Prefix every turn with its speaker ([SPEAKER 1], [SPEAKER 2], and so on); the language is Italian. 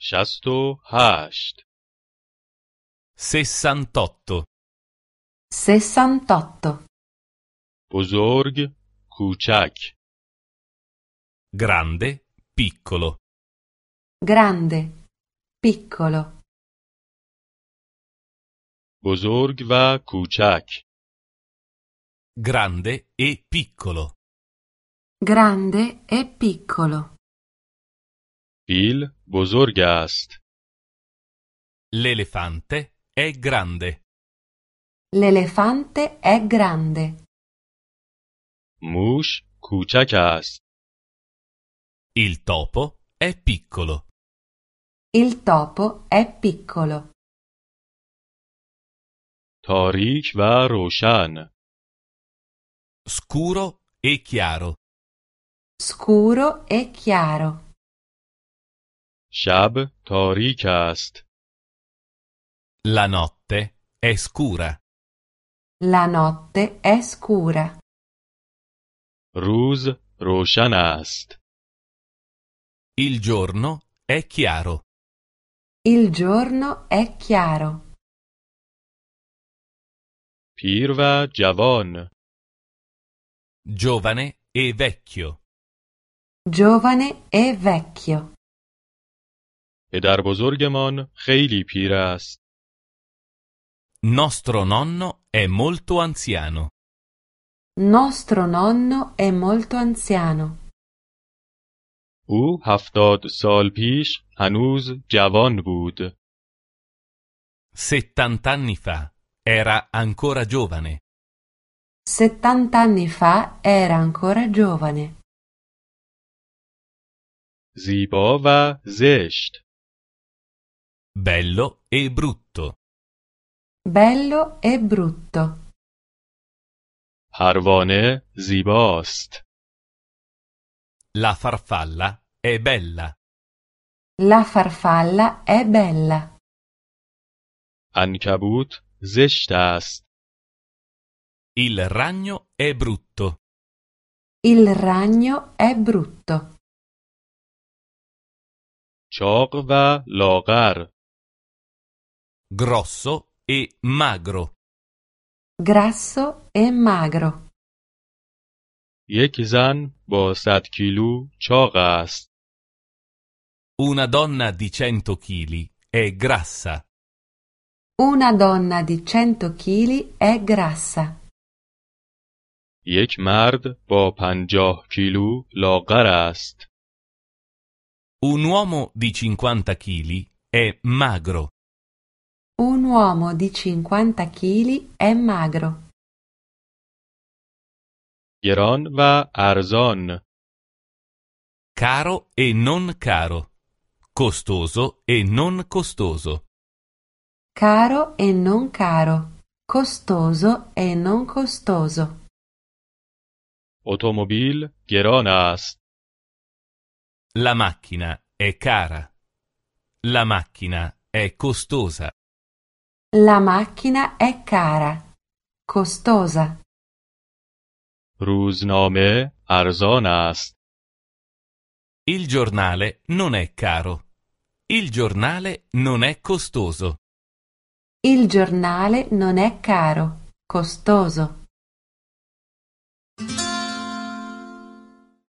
[SPEAKER 1] شست و هشت
[SPEAKER 2] 68.
[SPEAKER 3] 68.
[SPEAKER 1] بزرگ کوچک
[SPEAKER 2] Grande, piccolo.
[SPEAKER 3] Grande. Piccolo.
[SPEAKER 1] بزرگ و کوچک
[SPEAKER 2] Grande e piccolo.
[SPEAKER 3] Grande e piccolo.
[SPEAKER 1] فیل بزرگ است
[SPEAKER 2] L'elefante è grande.
[SPEAKER 3] L'elefante è grande.
[SPEAKER 1] موش کوچک است
[SPEAKER 2] Il topo è piccolo.
[SPEAKER 3] Il topo è piccolo.
[SPEAKER 1] تاریک و روشن
[SPEAKER 2] Scuro e chiaro.
[SPEAKER 3] Scuro e chiaro.
[SPEAKER 1] شب تاریک است
[SPEAKER 2] La notte è scura.
[SPEAKER 3] La notte è scura.
[SPEAKER 1] روز روشن است
[SPEAKER 2] Il giorno è chiaro.
[SPEAKER 3] Il giorno è chiaro.
[SPEAKER 1] پیر و جوان
[SPEAKER 2] Giovane e vecchio.
[SPEAKER 3] Giovane e vecchio.
[SPEAKER 1] پدر بزرگمان خیلی پیر است
[SPEAKER 2] Nostro nonno è molto anziano.
[SPEAKER 3] Nostro nonno è molto anziano.
[SPEAKER 1] او هفتاد سال پیش هنوز جوان بود
[SPEAKER 2] 70 anni fa era ancora giovane.
[SPEAKER 3] 70 anni fa era ancora giovane.
[SPEAKER 1] زیبا و زشت
[SPEAKER 2] Bello e brutto.
[SPEAKER 3] Bello e brutto.
[SPEAKER 1] پروانه زیباست
[SPEAKER 2] La farfalla è bella.
[SPEAKER 3] La farfalla è bella.
[SPEAKER 1] انکبوت زشت است
[SPEAKER 2] Il ragno è brutto.
[SPEAKER 3] Il ragno è brutto.
[SPEAKER 1] چاق و لاغر
[SPEAKER 2] Grosso e magro.
[SPEAKER 3] Grasso e magro.
[SPEAKER 1] یک زن با صد کیلو چاق است
[SPEAKER 2] Una donna di 100 kg è grassa.
[SPEAKER 3] Una donna di 100 kg è grassa.
[SPEAKER 1] یک مرد با پنجاه کیلو لاغر است
[SPEAKER 2] Un uomo di 50 kg è magro.
[SPEAKER 3] Un uomo di 50 kg è magro.
[SPEAKER 1] گران و ارزان
[SPEAKER 2] Caro e non caro. Costoso e non costoso.
[SPEAKER 3] Caro e non caro. Costoso e non costoso.
[SPEAKER 1] اتومبیل گران است
[SPEAKER 2] La macchina è cara. La macchina è costosa.
[SPEAKER 3] La macchina è cara. Costosa.
[SPEAKER 1] روزنامه ارزان است
[SPEAKER 2] Il giornale non è caro. Il giornale non è costoso.
[SPEAKER 3] Il giornale non è caro. Costoso.